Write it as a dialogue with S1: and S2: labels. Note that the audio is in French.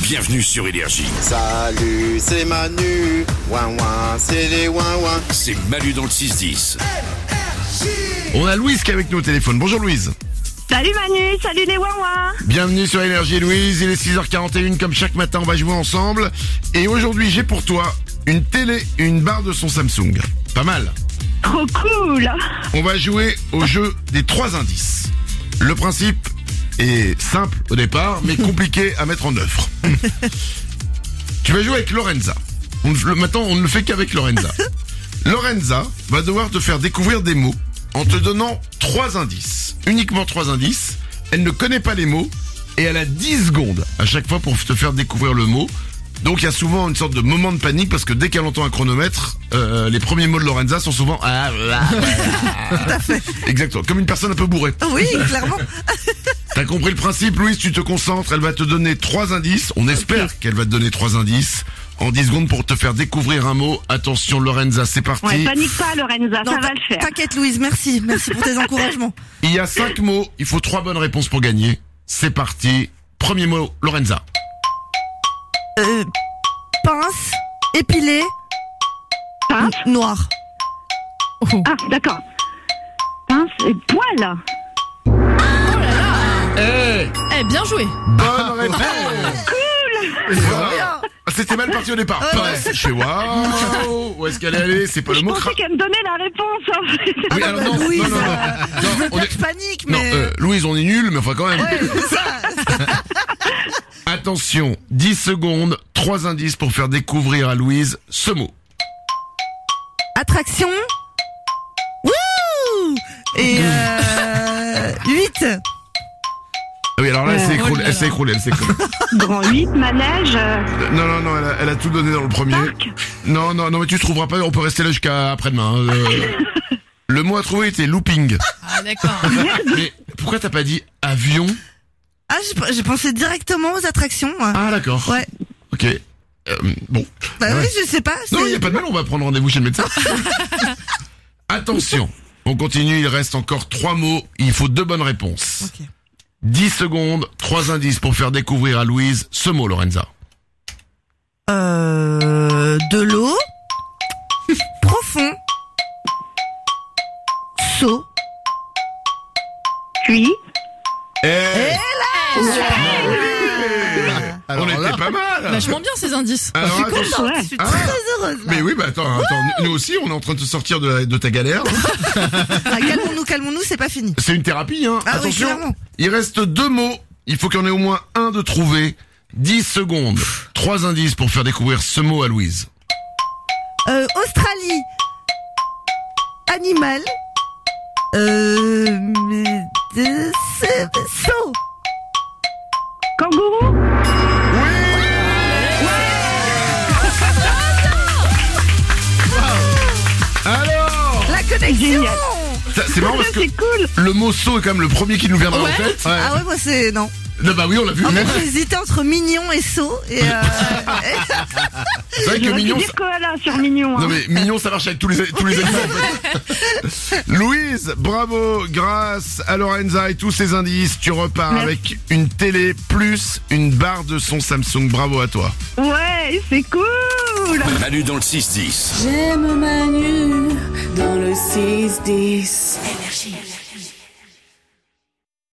S1: Bienvenue sur Énergie.
S2: Salut, c'est Manu. Ouin ouin, c'est les ouin ouin.
S1: C'est Malu dans le 6-10.
S3: On a Louise qui est avec nous au téléphone. Bonjour Louise.
S4: Salut Manu, salut les Wawa.
S3: Bienvenue sur Énergie Louise. Il est 6h41 comme chaque matin, on va jouer ensemble. Et aujourd'hui, j'ai pour toi une télé et une barre de son Samsung. Pas mal.
S4: Trop cool.
S3: On va jouer au jeu des trois indices. Le principe est simple au départ, mais compliqué à mettre en œuvre. tu vas jouer avec Lorenza. On ne- le- maintenant, on ne le fait qu'avec Lorenza. Lorenza va devoir te faire découvrir des mots en te donnant trois indices. Uniquement trois indices. Elle ne connaît pas les mots et elle a 10 secondes à chaque fois pour te faire découvrir le mot. Donc il y a souvent une sorte de moment de panique parce que dès qu'elle entend un chronomètre, euh, les premiers mots de Lorenza sont souvent... Ah, ah, ah. Exactement, comme une personne un peu bourrée.
S5: Oui, clairement.
S3: T'as compris le principe, Louise, tu te concentres, elle va te donner trois indices, on espère qu'elle va te donner trois indices en 10 secondes pour te faire découvrir un mot. Attention Lorenza, c'est parti.
S4: Ouais, panique pas Lorenza, ça
S5: Non,
S4: va
S5: t'in-
S4: le faire.
S5: T'inquiète Louise, merci. Merci pour tes encouragements.
S3: Il y a cinq mots, il faut trois bonnes réponses pour gagner. C'est parti. Premier mot, Lorenza.
S5: Euh, pince, épilé,
S4: Pince.
S5: noir.
S4: Ah, d'accord. Pince et poil.
S6: Eh, bien joué
S3: Bonne réponse Voilà.
S5: hein.
S3: Ah, C'était mal parti au départ.
S4: Euh,
S3: Pareil. Je fais waouh, où est-ce qu'elle est allée C'est pas le
S4: Je
S3: mot.
S4: pensais
S3: cra-
S4: qu'elle me donnait la réponse. en fait.
S3: Oui, alors non, non,
S5: Louise,
S3: non, non.
S5: Je
S3: Non,
S5: veux
S3: on
S5: pas
S3: est-
S5: que je panique,
S3: Non,
S5: mais...
S3: euh, Louise, on est nul, mais enfin quand même. Attention, 10 secondes, 3 indices pour faire découvrir à Louise ce mot.
S5: Attraction. Wouh Et euh, 8.
S3: Ah oui, alors là, elle s'est
S6: Oh
S3: écroulée,
S6: là
S3: elle
S6: là.
S3: s'est écroulée, elle s'est écroulée.
S4: Grand 8, manège. euh,
S3: Euh, non, non, non, elle a, elle a tout donné dans le premier.
S4: Parc.
S3: Non, non, non, mais tu trouveras pas, on peut rester là jusqu'à après-demain. hein. Euh, le mot à trouver était looping.
S6: Ah, d'accord.
S3: Mais pourquoi t'as pas dit avion
S5: Ah, j'ai- j'ai pensé directement aux attractions. moi.
S3: Ah, d'accord.
S5: Ouais.
S3: Ok. Euh, bon.
S5: Bah
S3: Ouais.
S5: oui, je sais pas.
S3: Non,
S5: c'est-
S3: il n'y a pas de mal, on va prendre rendez-vous chez le médecin. Attention, on continue, il reste encore trois mots, il faut deux bonnes réponses.
S5: Ok.
S3: 10 secondes, trois indices pour faire découvrir à Louise ce mot, Lorenza.
S5: Euh, de l'eau. Profond. Saut.
S4: Puis.
S3: on était pas
S5: bah,
S3: mal
S6: Vachement bien ces indices.
S3: Alors, attends,
S4: Ouais.
S5: Je suis
S3: Ah.
S5: très heureuse. là.
S3: Mais oui, bah attends, attends, nous aussi, on est en train de te sortir de, la- de ta galère. hein.
S5: Ah, calmons-nous, calmons-nous, c'est pas fini.
S3: C'est une thérapie, hein
S5: Ah oui,
S3: Attention,
S5: clairement.
S3: il reste deux mots, il faut qu'il y en ait au moins un de trouvé. 10 secondes, trois indices pour faire découvrir ce mot à Louise.
S5: Euh, Australie. Animal. Euh, mais de- c'est- saut.
S4: Kangourou.
S3: Alors
S5: La connexion.
S4: Génial.
S3: Ça, C'est marrant parce que
S4: C'est cool.
S3: le mot saut est quand même le premier qui nous viendra en tête.
S5: Ah ouais, moi c'est non.
S3: Non, bah oui, on l'a vu.
S5: En fait, j'hésitais entre mignon et saut et euh,
S3: C'est vrai que
S4: J'aurais pu
S3: mignon.
S4: dire koala sur mignon.
S3: ça-
S4: hein.
S3: Non mais mignon, ça marche avec tous les tous les animaux. En fait. Louise, bravo, grâce à Lorenza et tous ses indices, tu repars
S4: Merci.
S3: avec une télé plus une barre de son Samsung. Bravo à toi.
S4: Ouais, c'est cool.
S1: Malu dans le 6-10.
S7: J'aime Manu dans le 6-10.